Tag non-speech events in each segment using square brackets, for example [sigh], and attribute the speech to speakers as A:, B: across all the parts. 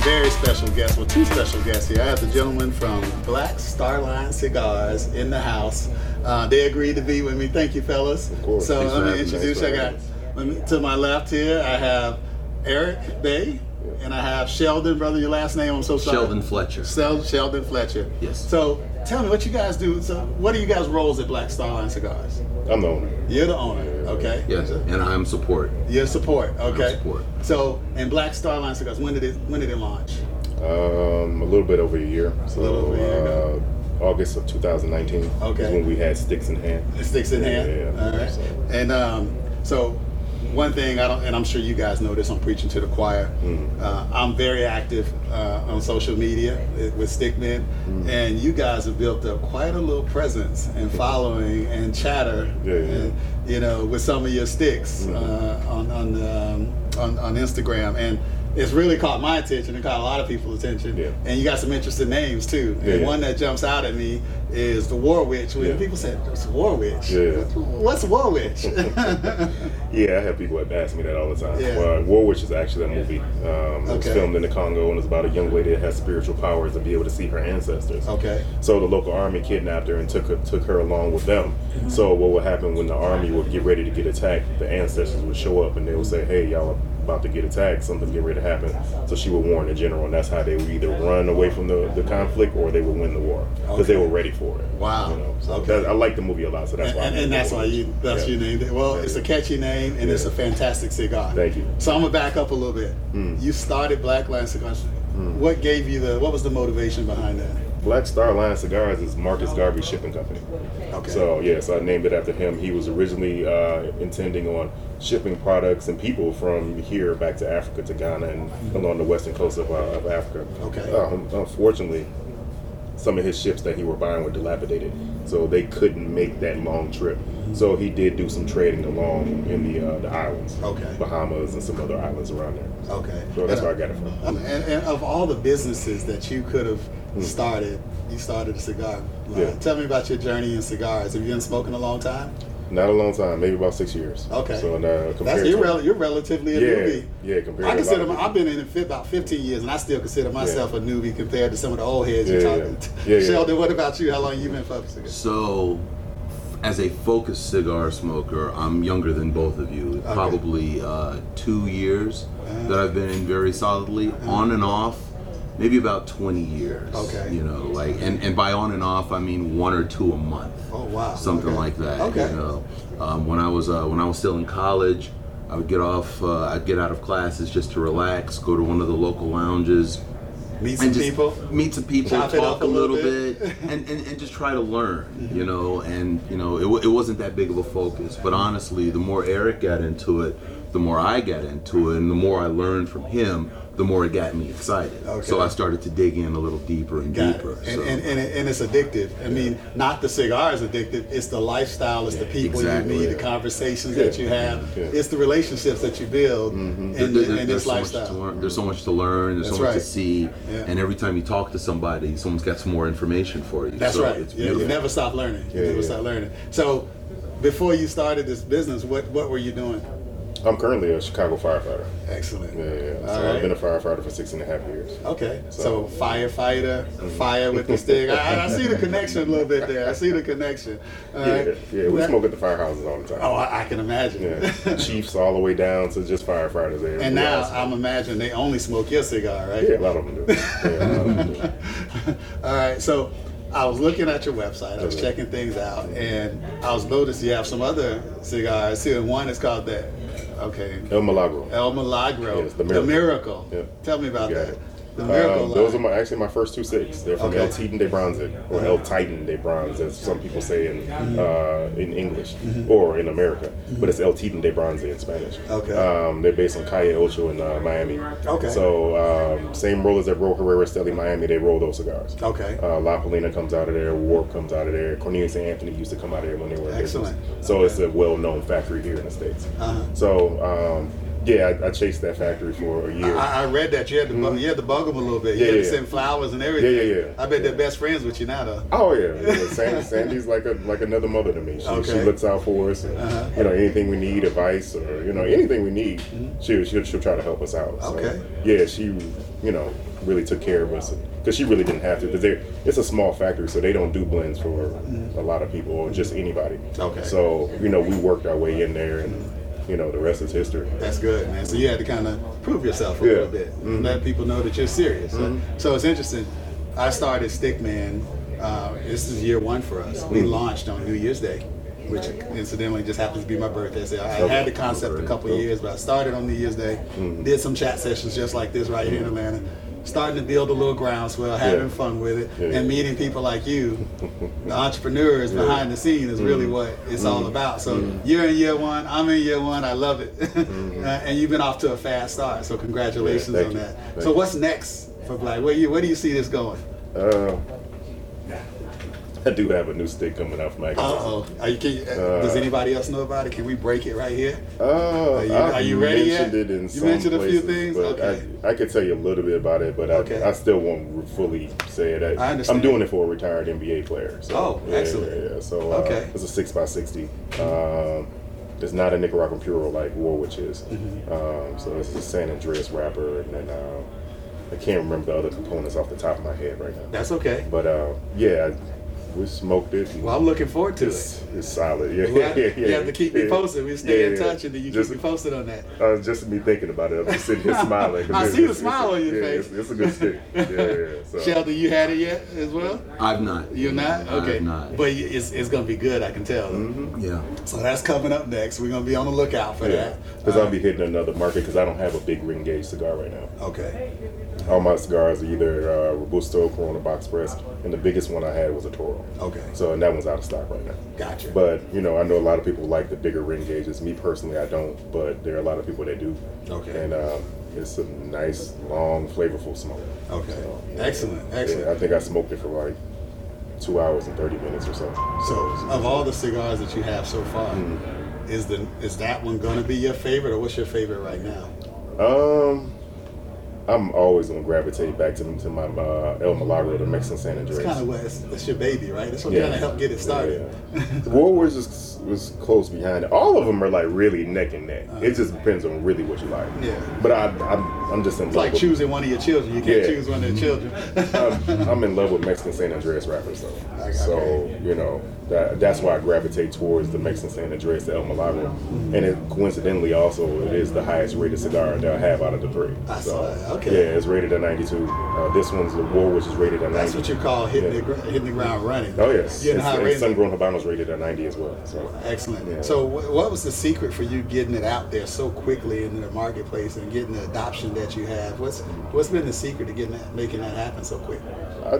A: special guests, well, two special guests here. I have the gentleman from Black Starline Cigars in the house. Uh, they agreed to be with me. Thank you, fellas. Of
B: course.
A: So
B: Thanks for
A: let me
B: having me.
A: introduce. I
B: Thanks for
A: got let me, to my left here. I have Eric Bay, and I have Sheldon, brother. Your last name? I'm so sorry.
C: Sheldon Fletcher.
A: Shel- Sheldon Fletcher.
C: Yes.
A: So tell me what you guys do. So what are you guys' roles at Black Starline Cigars?
B: I'm the owner.
A: You're the owner, okay?
C: Yes, and I'm support.
A: Your support, okay.
C: support.
A: So, and Black Star Line Cigars, when did it when did it launch?
B: Um, a little bit over a year. So,
A: little over a year ago.
B: uh, August of 2019
A: Okay.
B: is when we had sticks in hand.
A: It sticks in hand.
B: Yeah, yeah.
A: All right. And um, so, one thing I don't, and I'm sure you guys know this. I'm preaching to the choir.
B: Mm-hmm.
A: Uh, I'm very active uh, on social media with with Stickmen,
B: Mm-hmm.
A: and you guys have built up quite a little presence
B: [laughs]
A: and following and chatter.
B: Yeah, Mm-hmm. yeah, yeah.
A: and, you know, with some of your sticks uh, on on, um, on on Instagram, and it's really caught my attention and caught a lot of people's attention.
B: Yeah.
A: And you got some interesting names too.
B: Yeah,
A: and
B: yeah.
A: one that jumps out at me is the War Witch. When
B: Yeah.
A: people said it's War Witch,
B: Yeah.
A: what's War
B: [laughs]
A: Witch?
B: Yeah, I have people that ask me that all the time.
A: Yeah.
B: Well, War Witch is actually a movie. Um, It was
A: Okay.
B: filmed in the Congo and it's about a young lady that has spiritual powers to be able to see her ancestors.
A: okay.
B: So the local army kidnapped her and took her took her along with them. So what would happen when the army would get ready to get attacked? The ancestors would show up and they would say, "Hey, y'all are about to get attacked. Something's getting ready to happen." So she would warn the general, and that's how they would either run away from the, the conflict or they would win the war because they
A: Okay.
B: were ready for it.
A: Wow.
B: You know? So
A: Okay.
B: that- I like the movie a lot, so that's
A: And,
B: why. I
A: and,
B: named
A: and
B: it
A: that's
B: War
A: why
B: Witch.
A: you that's
B: Yeah.
A: your name. Well, it's a catchy name and it's a
B: Yeah.
A: fantastic cigar.
B: Thank you.
A: So I'm gonna back up a little bit.
B: Mm.
A: You started Black Line Cigars.
B: Hmm.
A: What gave you the? What was the motivation behind that?
B: Black Star Line Cigars is Marcus Garvey Shipping Company.
A: Okay.
B: So yeah, so I named it after him. He was originally uh, intending on shipping products and people from here back to Africa to Ghana and along the western coast of, uh, of Africa.
A: Mm-hmm. Okay.
B: Um, unfortunately, some of his ships that he were buying were dilapidated, so they couldn't make that long trip.
A: Mm-hmm.
B: So he did do some trading along in the uh, the islands,
A: Okay.
B: Bahamas and some other islands around there.
A: Okay.
B: uh, So that's
A: And-
B: where I got it from.
A: Um, and, and of all the businesses that you could have started, you started a cigar. line.
B: Yeah.
A: Tell me about your journey in cigars. Have you been smoking a long time?
B: Not a long time, maybe about six years.
A: Okay.
B: So uh,
A: That's
B: compared
A: you're,
B: to-
A: rel- you're relatively a
B: Yeah,
A: newbie.
B: yeah.
A: I
B: Compared, to a lot
A: consider
B: of
A: my,
B: people.
A: I've been in it for about 15 years, and I still consider myself a newbie compared to some of the old heads you're
B: Yeah,
A: talking. to.
B: yeah. Yeah, yeah.
A: Sheldon, what about you? How long you been fucking cigars?
C: So, as a focused cigar smoker, I'm younger than both of you. Probably uh, two years that I've been in very solidly, on and off, maybe about 20 years.
A: Okay.
C: You know, like, and, and by on and off, I mean one or two a month.
A: Oh wow,
C: something
A: Okay.
C: like that.
A: Okay,
C: You know, um, when I was uh, when I was still in college, I would get off. Uh, I'd get out of classes just to relax, go to one of the local lounges,
A: meet some
C: and just
A: people.
C: meet some people,
A: Chop it up
C: talk
A: a
C: a
A: little Mm-hmm.
C: little bit, and, and, and just try to learn. You know, and you know, it, wa- it wasn't that big of a focus. But honestly, the more Eric got into it, the more I got into it, and the more I learned from him, the more it got me excited.
A: Okay.
C: So I started to dig in a little deeper and
A: Got it.
C: deeper.
A: And,
C: so.
A: and, and, it- and it's addictive. I mean, not the cigar is addictive. It's the lifestyle. It's the people
C: exactly.
A: you meet, the conversations that you have.
B: Yeah.
A: It's the relationships that you build,
C: Mm-hmm.
A: and,
C: There- there-
A: and this
C: there's so much
A: lifestyle.
C: to learn. There's so much to learn. There's
A: That's
C: so much to
A: right.
C: see.
A: Yeah.
C: And every time you talk to somebody, someone's got some more information for you.
A: That's
C: So
A: right.
C: It's
A: Yeah,
C: beautiful.
A: you never stop learning. you
B: Yeah,
A: never
B: yeah.
A: stop learning. So, before you started this business, what what were you doing?
B: I'm currently a Chicago firefighter.
A: Excellent.
B: Yeah, yeah. yeah.
A: All
B: So
A: right.
B: I've been a firefighter for six and a half years.
A: Okay, so firefighter,
B: Mm-hmm.
A: fire with the stick. I, I see the connection a little bit there. I see the connection. All right.
B: Yeah, yeah. We
A: That-
B: smoke at the firehouses all the
A: Oh,
B: time.
A: I, I can imagine.
B: Yeah. Chiefs all the way down to just firefighters. There.
A: [laughs] and now I'm imagining they only smoke your cigar, right?
B: Yeah, a lot of them do. Yeah, a lot
A: [laughs]
B: of them do.
A: All right, so I was looking at your website. I was checking things out, and I was noticing you have some other cigars too. And one is called that. Okay,
B: El Milagro.
A: El Milagro,
B: Yes, the Miracle.
A: Miracle.
B: Yeah.
A: Tell me about
B: You got
A: that.
B: it.
A: The Miracle.
B: Um, those are
A: line.
B: my actually my first two six. They're from
A: Okay.
B: El Titan de Bronze or El Titan de Bronze, as some people say in
A: Mm-hmm.
B: uh, in English or in America, but it's El Titan de Bronze in Spanish.
A: Okay.
B: Um, they're based in Calle Ocho in uh, Miami.
A: Okay.
B: So um, same rollers that roll Herrera Steli Miami, they roll those cigars.
A: Okay.
B: Uh, La Polina comes out of there. Warp comes out of there. Cornelius and Anthony used to come out of there when they were in
A: Excellent.
B: business. So it's a well-known factory here in the states.
A: Uh-huh.
B: So. Um, yeah, I, I chased that factory for a year.
A: I, I read that you had to bug, you had to bug them a little bit. You
B: Mm-hmm. Yeah,
A: had to
B: yeah,
A: send
B: yeah.
A: flowers and everything.
B: Yeah, yeah, yeah.
A: I bet they're
B: Yeah.
A: best friends with you now, though.
B: Oh yeah, yeah.
A: [laughs]
B: Sandy, Sandy's like a like another mother to me. She, she
A: Okay. Uh-huh.
B: looks out for us, and, you know anything we need, advice or you know anything we need, she she'll, she'll try to help us out. So,
A: Mm-hmm. Okay.
B: Yeah, she you know really took care of us because she really didn't have to because they're it's a small factory so they don't do blends for a lot of people or just anybody
A: Mm-hmm. Okay.
B: so you know we worked our way in there and you know the rest is history
A: That's good, man. So you had to kind of prove yourself a
B: Yeah. Mm-hmm.
A: little bit, let people know that you're serious. So it's interesting. I started Stickman. Uh, this is year one for us.
B: Mm.
A: We launched on New Year's Day, which incidentally just happens to be my birthday. So I had the concept a couple years, but I started on New Year's Day.
B: Mm-hmm.
A: Did some chat sessions just like this right here in Atlanta. Starting to build a little groundswell, having fun with it,
B: Yeah.
A: and meeting people like
B: [laughs]
A: you, the entrepreneurs behind the scene is really
B: Mm.
A: what it's all about. So you're in year one, I'm in year one. I love it, [laughs] Uh, and you've been off to a fast start. So congratulations
B: Mm. Yeah,
A: on
B: thank you.
A: that.
B: Thank
A: so
B: you.
A: what's next for Black? Where you where do you see this going?
B: uh, i do have a new stick coming out from
A: Uh
B: Atkins.
A: oh, are you, can you, uh, does anybody else know about it? Can we break it right here?
B: Uh,
A: Are you-
B: I've
A: are you ready yet?
B: mentioned It in
A: You
B: some
A: mentioned a few
B: places,
A: things?
B: but
A: Okay.
B: I, I could tell you a little bit about it, but
A: Okay.
B: I, I still won't fully say it.
A: I understand.
B: am doing it for a retired NBA player. So,
A: Oh,
B: yeah,
A: excellent.
B: Yeah, yeah. So uh,
A: Okay.
B: it's a six x sixty. Um, it's not a Nicaraguan puro like Warwich is.
A: Mm-hmm.
B: Um, so it's a San Andreas wrapper, and then um, I can't remember the other components off the top of my head right now.
A: That's okay.
B: But uh, yeah, I, we smoked it. and-
A: Well, I'm looking forward to it.
B: it's, it's solid. [laughs] Yeah,
A: Well,
B: yeah, yeah.
A: you have to keep me
B: yeah.
A: posted. We stay in
B: Yeah,
A: touch, and then you
B: Just-
A: keep me posted on
B: [laughs]
A: that.
B: uh, just me thinking about it, I'm just sitting here smiling. 'cause
A: [laughs] I
B: it's-
A: see the
B: it's-
A: smile on your
B: yeah,
A: face.
B: It's, it's a good stick.
A: [laughs]
B: Yeah, yeah. So.
A: Sheldon, you had it yet as well?
C: I've not.
A: You're not okay,
C: I've not.
A: but it's it's gonna be good. I can tell.
B: Mm-hmm.
C: yeah.
A: So that's coming up next. We're gonna be on the lookout for
B: yeah,
A: that.
B: because I'll be hitting another market because I don't have a big ring gauge cigar right now.
A: Okay.
B: All my cigars are either uh, Robusto, Corona Box Press, and the biggest one I had was a Toro.
A: Okay.
B: So, and that one's out of stock right now.
A: Gotcha.
B: But, you know, I know a lot of people like the bigger ring gauges. Me personally, I don't, but there are a lot of people that do.
A: Okay.
B: And um, it's a nice, long, flavorful smoke.
A: Okay.
B: uh, So,
A: Excellent. Excellent.
B: Yeah, I think I smoked it for like two hours and thirty minutes or something.
A: So, of all the cigars that you have so far,
B: Mm-hmm.
A: is the is that one gonna be your favorite, or what's your favorite right now?
B: Um, I'm always gonna gravitate back to to my uh, El Milagro, the Mexican San Andreas.
A: It's kind of what it's, it's your baby, right? That's what
B: Yeah.
A: kind of helped get it started.
B: Yeah, yeah. World Wars was, was close behind it. All of them are like really neck and neck. It just depends on really what you like.
A: Yeah.
B: But I, I'm, I'm just in
A: It's
B: love
A: like
B: with,
A: choosing one of your children. You can't
B: Yeah.
A: choose one of their children. [laughs]
B: I'm, I'm in love with Mexican San Andreas rappers though.
A: Okay.
B: So you know that that's why I gravitate towards the Mexican San Andreas, the El Milagro, and it coincidentally also it is the highest rated cigar that I have out of the three.
A: I
B: so
A: saw that. Okay.
B: yeah, it's rated at 92. Uh, this one's the War, which is rated at 90.
A: That's what you call hitting
B: Yeah.
A: the gr- hitting the ground running.
B: Oh yes,
A: Getting
B: it's,
A: high
B: and
A: rating.
B: Sun Grown Habanos rated at 90 as well. So
A: Excellent.
B: Yeah.
A: So, wh- what was the secret for you getting it out there so quickly into the marketplace and getting the adoption that you have? What's what's been the secret to getting that, making that happen so quick?
B: I,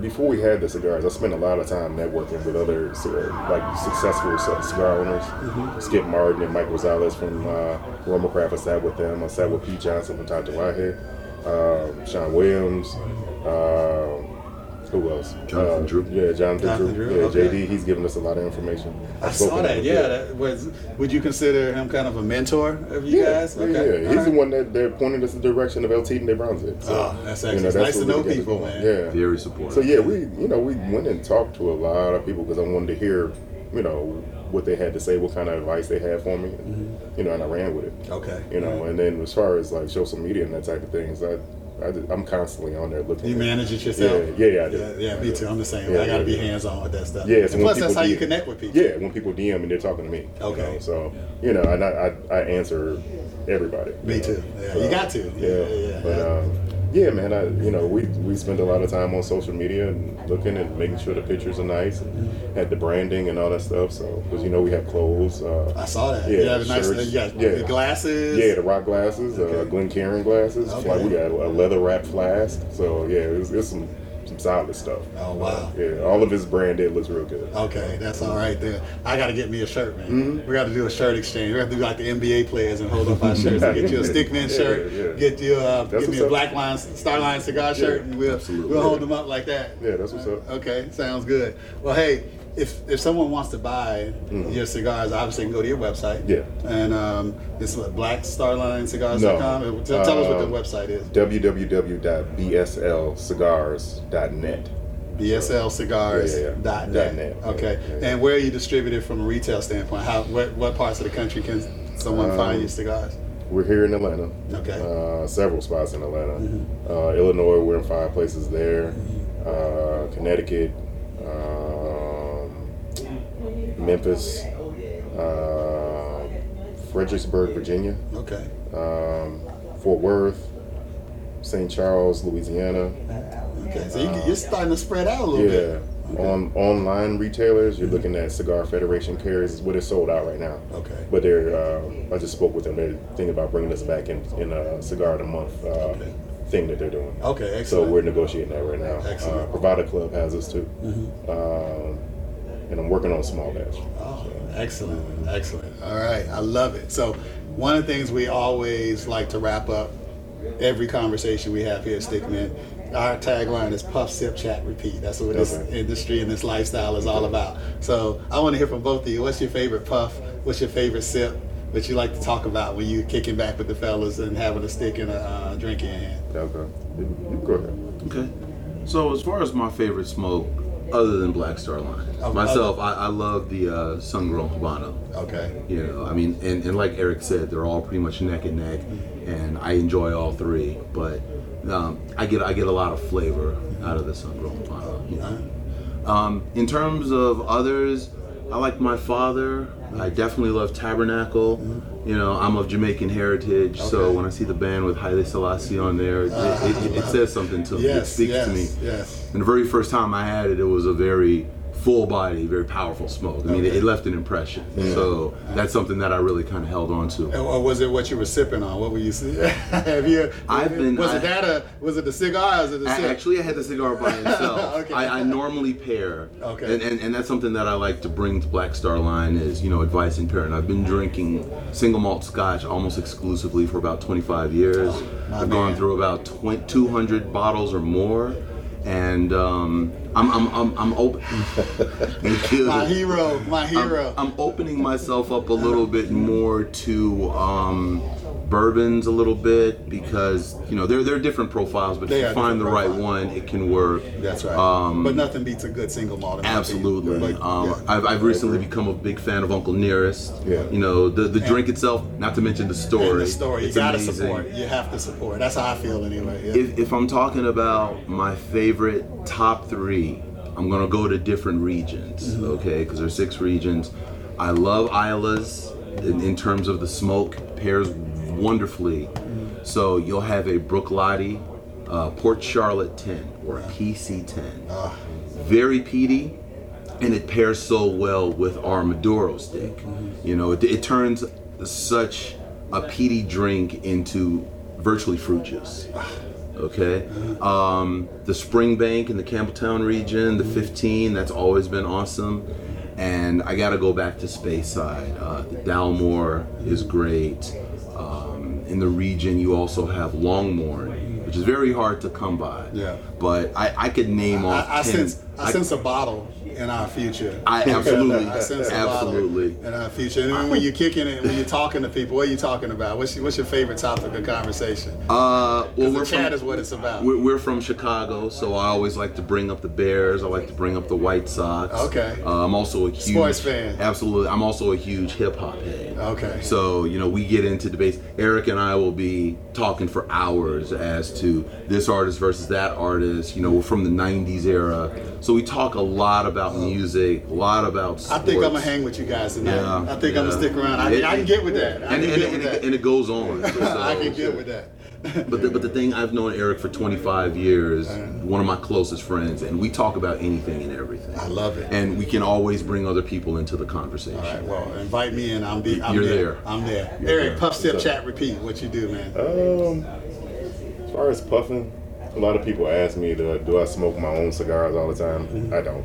B: before we had the cigars, I spent a lot of time networking with other uh, like successful c- cigar owners.
A: Mm-hmm.
B: Skip Martin and Mike Rosales from uh, Roma Craft. I sat with them. I sat with Pete Johnson from Dr. Whitehead, um, Sean Williams. Um, who else?
C: Jonathan
B: Uh,
C: Drew.
B: Yeah, Jonathan,
A: Jonathan
B: Drew.
A: Drew,
B: Yeah,
A: okay.
B: JD. He's given us a lot of information.
A: I
B: I've spoken
A: saw
B: to
A: that.
B: him.
A: Yeah, that was. Would you consider him kind of a mentor of you
B: Yeah,
A: guys?
B: yeah, yeah. He's the one that they're pointing us in the direction of LT and they bronze it.
A: Oh, that's excellent. It's nice
B: what
A: to know
B: really got
A: people,
B: going.
A: man.
B: Yeah.
C: Very supportive.
B: So yeah, we you know we went and talked to a lot of people because I wanted to hear you know what they had to say, what kind of advice they had for me, and, you know, and I ran with it.
A: Mm-hmm. Okay.
B: You know, and then as far as like social media and that type of things, I, I just- I'm constantly on there looking.
A: You
B: at-
A: manage it yourself?
B: Yeah, yeah, yeah, I do.
A: Yeah, yeah, me too. I'm the same.
B: Yeah,
A: I got to
B: yeah,
A: be
B: yeah.
A: hands on with that stuff.
B: Yeah, so
A: and
B: when
A: plus, that's
B: people
A: how you
B: DM
A: connect with people.
B: Yeah, when people DM and they're talking to me. you
A: Okay.
B: know, so you know, and I, I, I answer everybody. you
A: Me
B: know,
A: too. Yeah, you got to. Yeah,
B: Yeah.
A: yeah, yeah.
B: But um, yeah, man, I you know we we spend a lot of time on social media and looking and making sure the pictures are nice and had the branding and all that stuff. So because you know we have clothes.
A: I
B: Uh,
A: saw that.
B: Yeah,
A: you have a nice.
B: shirts.
A: You got
B: Yeah.
A: the glasses.
B: yeah, the rock glasses, uh,
A: Okay.
B: Glen Cairn glasses.
A: Okay.
B: Like we got a leather wrap flask. So yeah, it's, it's some some solid stuff. Uh,
A: Oh, wow. Oh.
B: Yeah, all of it's branded. Looks real good.
A: Okay, that's all right there. I gotta get me a shirt, man.
B: Mm-hmm.
A: We gotta do a shirt exchange. We gotta do like the NBA players and hold up our shirts. and get you a Stickman
B: Yeah,
A: shirt.
B: yeah, yeah.
A: Get you uh,
B: That's
A: get me
B: what's
A: a
B: up.
A: Black Line Starline cigar shirt, and we'll
C: absolutely.
A: we'll hold
B: Yeah.
A: them up like that.
B: Yeah, that's what's up.
A: Okay, sounds good. Well, hey, if if someone wants to buy your cigars, obviously they can go to your website.
B: Mm-hmm. Yeah.
A: and um, it's what, blackstarlinecigars.com.
B: No.
A: Tell, tell us what the
B: Um,
A: website is.
B: www.bslcigars.net. Yeah, yeah,
A: bslcigars.net.
B: yeah. Dot net, yeah,
A: Okay.
B: yeah, yeah.
A: And where are you distributed from a retail standpoint? How what, what parts of the country can someone
B: Um,
A: find your cigars?
B: We're here in Atlanta.
A: Okay.
B: Uh, several spots in Atlanta. Uh, Illinois, we're in five places there. Uh, Connecticut, um, Memphis, uh, Fredericksburg, Virginia,
A: Okay.
B: um, Fort Worth, St. Charles, Louisiana.
A: Okay. So you, you're starting to spread out a little
B: uh, Yeah.
A: bit.
B: On online retailers, you're looking at Cigar Federation carriers is what it's sold out right now.
A: Okay.
B: But they're, uh, I just spoke with them. They're thinking about bringing us back in in a cigar of the month uh,
A: Okay.
B: thing that they're doing.
A: Okay.
B: So
A: Excellent.
B: we're negotiating that right now. Uh,
A: Excellent.
B: Provider Club has us too, um, and I'm working on small batch.
A: Oh, excellent, excellent. All right, I love it. So, one of the things we always like to wrap up every conversation we have here at Stickman, our tagline is puff, sip, chat, repeat. That's what this
B: Okay.
A: industry and this lifestyle is all about. So, I want to hear from both of you. What's your favorite puff? What's your favorite sip? That you like to talk about when you kicking back with the fellas and having a stick and a uh, drink in your hand.
B: Okay, you, you go ahead.
C: Okay. So as far as my favorite smoke, other than Black Star Line,
A: Oh,
C: myself, I, I love the uh, Sun Grown Habano.
A: Okay.
C: You know, I mean, and, and like Eric said, they're all pretty much neck and neck, and I enjoy all three. But um, I get I get a lot of flavor out of the Sun Grown Habano. You know? um, in terms of others, I like my father. I definitely love Tabernacle. You know, I'm of Jamaican heritage, so
A: Okay.
C: when I see the band with Haile Selassie on there, it, it, it, it says something to me. it
A: Yes.
C: speaks
A: Yes.
C: to me.
A: Yes.
C: And the very first time I had it, it was a very full body, very powerful smoke. I mean, it, it left an impression. So that's something that I really kind of held on to.
A: And Or was it what you were sipping on? What were you? si- [laughs] Have you?
C: I've been-
A: Was
C: I-
A: it that? A, was it the cigar? Or was it the
C: I,
A: sip?
C: actually, I had the
A: [laughs]
C: cigar by itself.
A: Okay.
C: I, I normally pair,
A: Okay.
C: and, and and that's something that I like to bring to Black Star Line is you know advice and pairing. I've been drinking single malt Scotch almost exclusively for about 25 years.
A: Oh, my
C: I've gone
A: man.
C: through about 20, 200 bottles or more, and um, I'm I'm I'm, I'm
A: [laughs]
C: open. Thank you.
A: My hero, my hero.
C: I'm opening myself up a little bit more to um, bourbons a little bit because you know they're they're different profiles, but
A: They
C: if
A: are
C: you find the
A: different
C: right
A: profiles.
C: one, it can work.
A: That's right.
C: Um,
A: but nothing beats a good single malt. in my
C: Absolutely.
A: opinion. But,
C: um,
A: yeah.
C: I've, I've recently become a big fan of Uncle Nearest.
B: Yeah.
C: You know the the drink itself, not to mention the story.
A: And the story, you
C: It's
A: gotta
C: amazing.
A: support. You have to support. That's how I feel anyway. Yeah.
C: If, if I'm talking about my favorite top three, I'm gonna go to different regions,
A: Mm-hmm.
C: okay? Because there's six regions. I love Islas in, in terms of the smoke pairs wonderfully.
A: Mm-hmm.
C: So you'll have a Brooklotti, uh, Port Charlotte 10 or a PC 10
A: Ah,
C: very peaty, and it pairs so well with our Maduro stick. You know, it, it turns such a peaty drink into virtually fruit juice. Okay, um, the Springbank in the Campbelltown region, the 15, that's always been awesome. And I got to go back to Speyside. Uh, the Dalmore is great. Um, in the region, you also have Longmorn, which is very hard to come by.
A: Yeah.
C: But I, I could name off
A: I, I
C: 10.
A: sense, I,
C: I-
A: sense a bottle in our future. [laughs]
C: I absolutely,
A: I sense a
C: absolutely.
A: bottle in our future. And then when you're kicking it, when you're talking to people, what are you talking about? What's your, what's your favorite topic of conversation?
C: Uh, well,
A: the
C: we're
A: chat
C: from,
A: is what it's about.
C: we're, we're from Chicago, so I always like to bring up the Bears. I like to bring up the White Sox.
A: Okay.
C: Uh, I'm also a huge
A: Sports fan.
C: Absolutely, I'm also a huge hip hop head.
A: Okay.
C: So you know, we get into debates. Eric and I will be talking for hours as to this artist versus that artist. You know, we're from the '90s era, so we talk a lot about music, a lot about.
A: I
C: Sports.
A: think I'm gonna hang with you guys tonight.
C: Yeah,
A: I think I'm
C: yeah.
A: gonna stick around. I,
C: It-
A: I can get with that. I can
C: and, and,
A: get
C: and,
A: with
C: it,
A: that.
C: and it goes
A: [laughs]
C: on.
A: I
C: so-
A: can get with that.
C: [laughs] But the, but the thing I've known Eric for 25 years, one of my closest friends, and we talk about anything and everything.
A: I love it.
C: And we can always bring other people into the conversation.
A: All right, [laughs] well, invite me in. I'm, be, I'm
C: You're
A: there.
C: there.
A: I'm there.
C: You're
A: Eric,
C: there.
A: puff, sip,
B: So-
A: chat, repeat. What you do, man?
B: Um, as far as puffing, a lot of people ask me, do I, do I smoke my own cigars all the time? I don't.
A: You-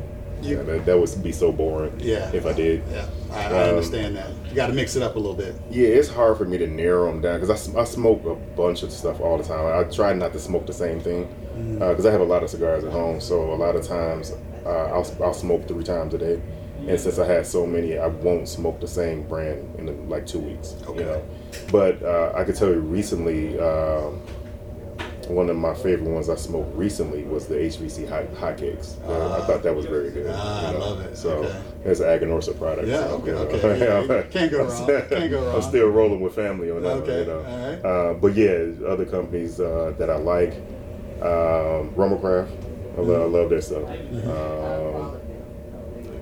B: Yeah, that, that would be so boring.
A: Yeah.
B: If I did.
A: Yeah, I, I
B: Um,
A: understand that. You got to mix it up a little bit.
B: Yeah, it's hard for me to narrow them down because I, sm- I smoke a bunch of stuff all the time. I try not to smoke the same thing
A: Mm.
B: because I have a lot of cigars at home. So a lot of times uh, I'll, I'll smoke three times a day. And since I had so many, I won't smoke the same brand in like two weeks.
A: Okay.
B: You know? But uh, I could tell you recently, um One of my favorite ones I smoked recently was the HVC hot, hot cakes. Uh, I thought that was very good.
A: Ah, I
B: you know.
A: love it.
B: So
A: Okay.
B: it's an Aganorsa product.
A: Yeah,
B: so,
A: okay,
B: you know. [laughs]
A: okay. Yeah, can't go wrong. Can't go wrong.
B: I'm still rolling with family on that. one,
A: Okay,
B: you know.
A: alright.
B: uh, but yeah, other companies uh, that I like, um, Rummelcraft. I, lo-
A: Mm-hmm.
B: I love their stuff. Um,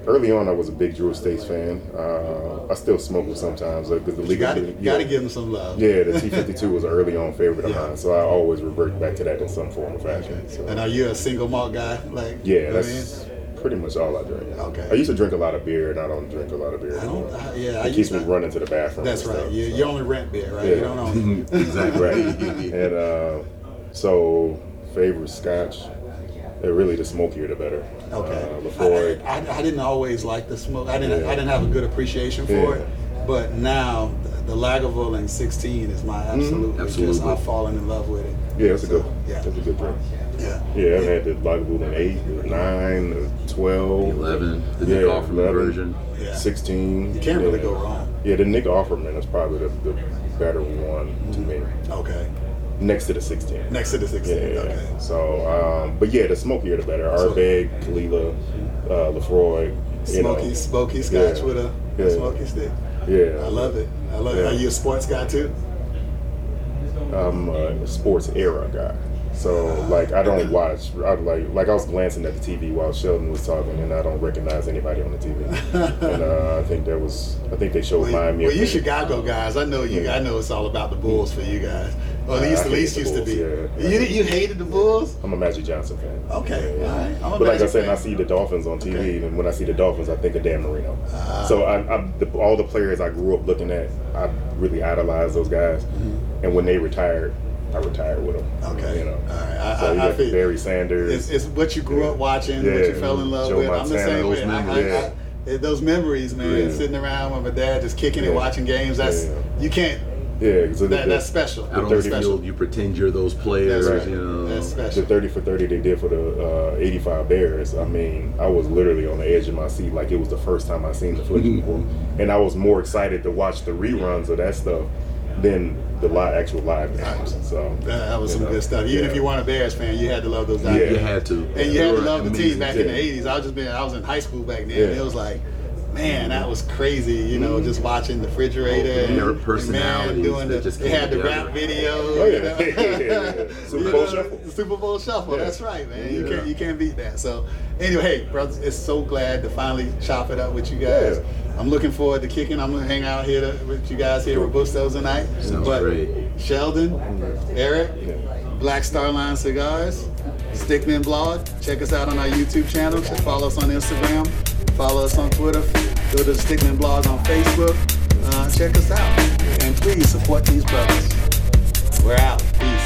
B: early on, I was a big Drew Estates fan. Uh, I still smoke them sometimes because the
A: You
B: legal.
A: gotta,
B: yeah.
A: gotta give them some love.
B: Yeah,
A: [laughs]
B: the T fifty two was an early on favorite of
A: Yeah.
B: mine, so I always revert back to that in some form or fashion.
A: Okay.
B: So,
A: And are you a single malt guy? Like,
B: yeah,
A: I
B: that's pretty much all I drink.
A: Okay.
B: I used to drink a lot of beer, and I don't drink a lot of beer.
A: I
B: anymore.
A: don't. I, yeah,
B: it
A: I
B: keeps
A: used
B: me
A: to-
B: running to the bathroom.
A: That's
B: and
A: right.
B: stuff,
A: you,
B: so.
A: you only rent beer, right? You
B: Yeah.
A: don't own. [laughs]
B: [laughs]
C: [laughs] exactly.
B: right.
C: [laughs]
B: and uh, so favorite scotch. It really the smokier the better.
A: Okay.
B: Uh, Lafroy.
A: I, I, I didn't always like the smoke. I didn't.
B: Yeah.
A: I didn't have a good appreciation for
B: Yeah.
A: it. But now the, the Lagavulin 16 is my
B: Mm-hmm.
A: absolute.
C: Absolutely.
A: Just, I've fallen in love with it.
B: yeah, it's a good.
A: Yeah.
B: it's a good drink.
A: Yeah.
B: Yeah, I've had the Lagavulin eight, the nine, the twelve,
C: 11, the
B: Yeah,
C: Nick Offerman
B: 11.
C: version.
A: Yeah.
B: 16.
A: You can't really
B: yeah.
A: go wrong.
B: Yeah, the Nick Offerman is probably the, the better one to
A: Mm-hmm.
B: me.
A: Okay.
B: Next to the 16.
A: Next to the 16.
B: yeah, yeah, yeah.
A: Okay.
B: So, um, but yeah, the smokier the better. Arbeg, Kalila, uh, Lefroy. you know.
A: Smoky, smoky scotch
B: Yeah.
A: with a, a
B: Yeah.
A: smoky stick.
B: Yeah.
A: I love it. I love
B: Yeah.
A: it. Are you a sports guy too?
B: I'm a sports era guy. So like I don't watch I like like I was glancing at the TV while Sheldon was talking and I don't recognize anybody on
A: [laughs]
B: the TV. and uh, I think there was I think they showed
A: Well,
B: Miami.
A: well,
B: of
A: you
B: the-
A: Chicago guys, I know you.
B: Yeah.
A: I know it's all about the Bulls for you guys. Or at
B: I- I
A: least, at
B: hated
A: least
B: the
A: used to
B: Bulls,
A: be.
B: yeah.
A: You you hated the Bulls?
B: I'm a Magic Johnson fan.
A: Okay,
B: Yeah.
A: all right. I'm a
B: but like I
A: Magic
B: said,
A: fan.
B: I see the Dolphins on TV,
A: Okay. Ah.
B: and when I see the Dolphins, I think of Dan Marino. so I, I, the, all the players I grew up looking at, I really idolized those guys. And when they retired, I retired with them.
A: Mm-hmm. Okay.
B: you know.
A: All right. I-
B: so
A: I-
B: you
A: I
B: got
A: feel-
B: Barry Sanders.
A: It's, it's what you grew up watching, what you
B: Yeah.
A: fell in love
B: Joe
A: with. I'm the
B: Montana,
A: same
C: those
A: way.
C: memories.
A: I, I, I, those memories, man,
B: Yeah.
A: sitting around with my dad, just kicking it,
B: Yeah.
A: watching games. That's
B: Yeah.
A: you can't.
B: yeah, so
A: That,
B: the,
A: that's special.
C: Out on the
A: That's special.
C: field, you pretend you're those players,
A: That's right.
C: you know.
A: That's
B: the
A: special.
B: 30 for 30 they did for the uh, 85 Bears, I mean, I was literally on the edge of my seat like it was the first time I seen
A: [laughs]
B: the footage before. And I was more excited to watch the reruns of that stuff than the live, actual live games. So
A: That, that was
B: you
A: some
B: know,
A: good stuff. Even
B: yeah.
A: if you weren't a Bears fan, you had to love those guys.
B: Yeah.
C: You had to.
A: And you had
C: They
A: to
C: were
A: love the team
C: amazing.
A: back in the '80s. I was just been, I was in high school back then. And
B: Yeah.
A: it was like, man, that was crazy. You know, just watching the refrigerator and
C: Their
A: and man
C: Mm-hmm. Oh, personalities
A: doing
C: that
A: the,
C: just
A: they
C: came
A: had the rap
C: together.
A: videos.
B: Oh,
C: [laughs]
B: yeah.
A: you know? [laughs]
B: Yeah. Super
A: You
B: Bowl
A: know,
B: Shuffle.
A: Super Bowl Shuffle.
B: Yeah.
A: That's right, man. You
C: Yeah.
A: can't you can't beat that. So anyway, hey, brothers, it's so glad to finally chop it up with you guys.
B: Yeah.
A: I'm looking forward to kicking. I'm gonna hang out here to, with you guys here at Robusto's tonight.
C: Sounds
A: but
C: great.
A: Sheldon, Eric,
B: Yeah.
A: Black Star Line Cigars, Stickman Blog. Check us out on our YouTube channel. Check- Follow us on Instagram. Follow us on Twitter. Go to the Stickman Blog on Facebook. Uh, check us out. And please support these brothers. We're out. Peace.